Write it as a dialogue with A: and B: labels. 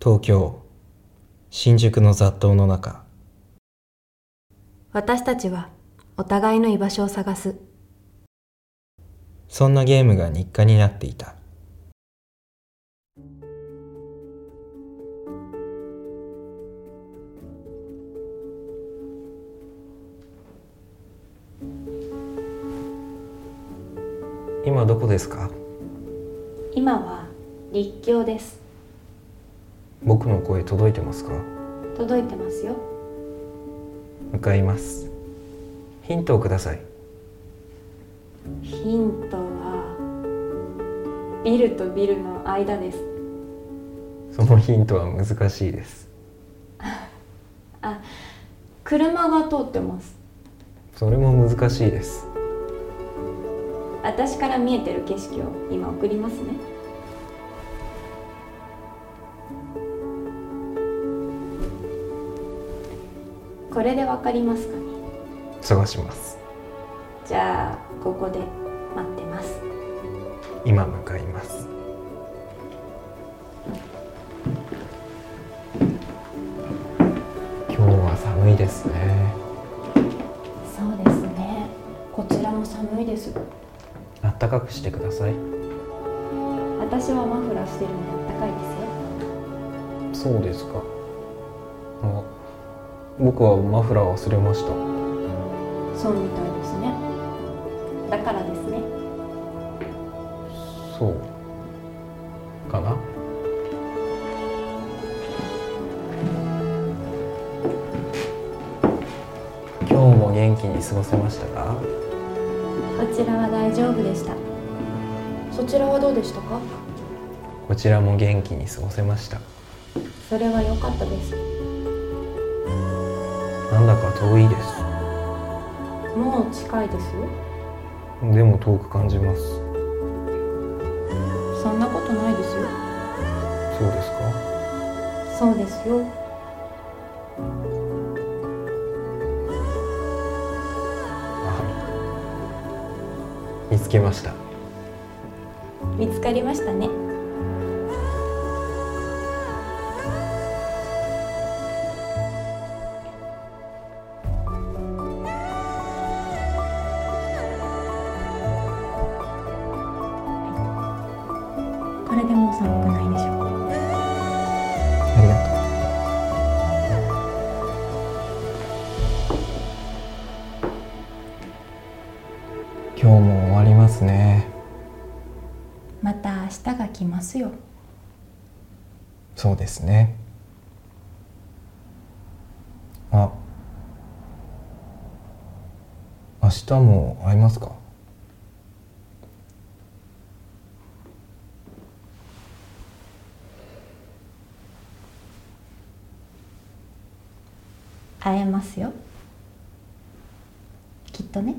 A: 東京新宿の雑踏の中
B: 私たちはお互いの居場所を探す
A: そんなゲームが日課になっていた今どこですか
C: 今は立教です
A: 僕の声届いてますか
C: 届いてますよ
A: 向かいますヒントをください
C: ヒントはビルとビルの間です
A: そのヒントは難しいです
C: 車が通ってます
A: それも難しいです
C: 私から見えてる景色を今送りますねこれでわかりますかね
A: 探します
C: じゃあここで待ってます
A: 今向かいます今日は寒いですね
C: そうですねこちらも寒いです
A: あったかくしてください
C: 私はマフラーしてるんであったかいですよ
A: そうですかあ僕はマフラー忘れました
C: そうみたいですねだからですね
A: そうかな今日も元気に過ごせましたか
C: こちらは大丈夫でした
B: そちらはどうでしたか
A: こちらも元気に過ごせました
C: それは良かったです
A: なんだか遠いです
C: もう近いですよ
A: でも遠く感じます
C: そんなことないですよ
A: そうですか
C: そうですよ
A: はい見つけました
C: 見つかりましたねこれでもう寒くないでしょうか
A: ありがとう今日も終わりますね
C: また明日が来ますよ
A: そうですねあ明日も会いますか
C: 会えますよきっとね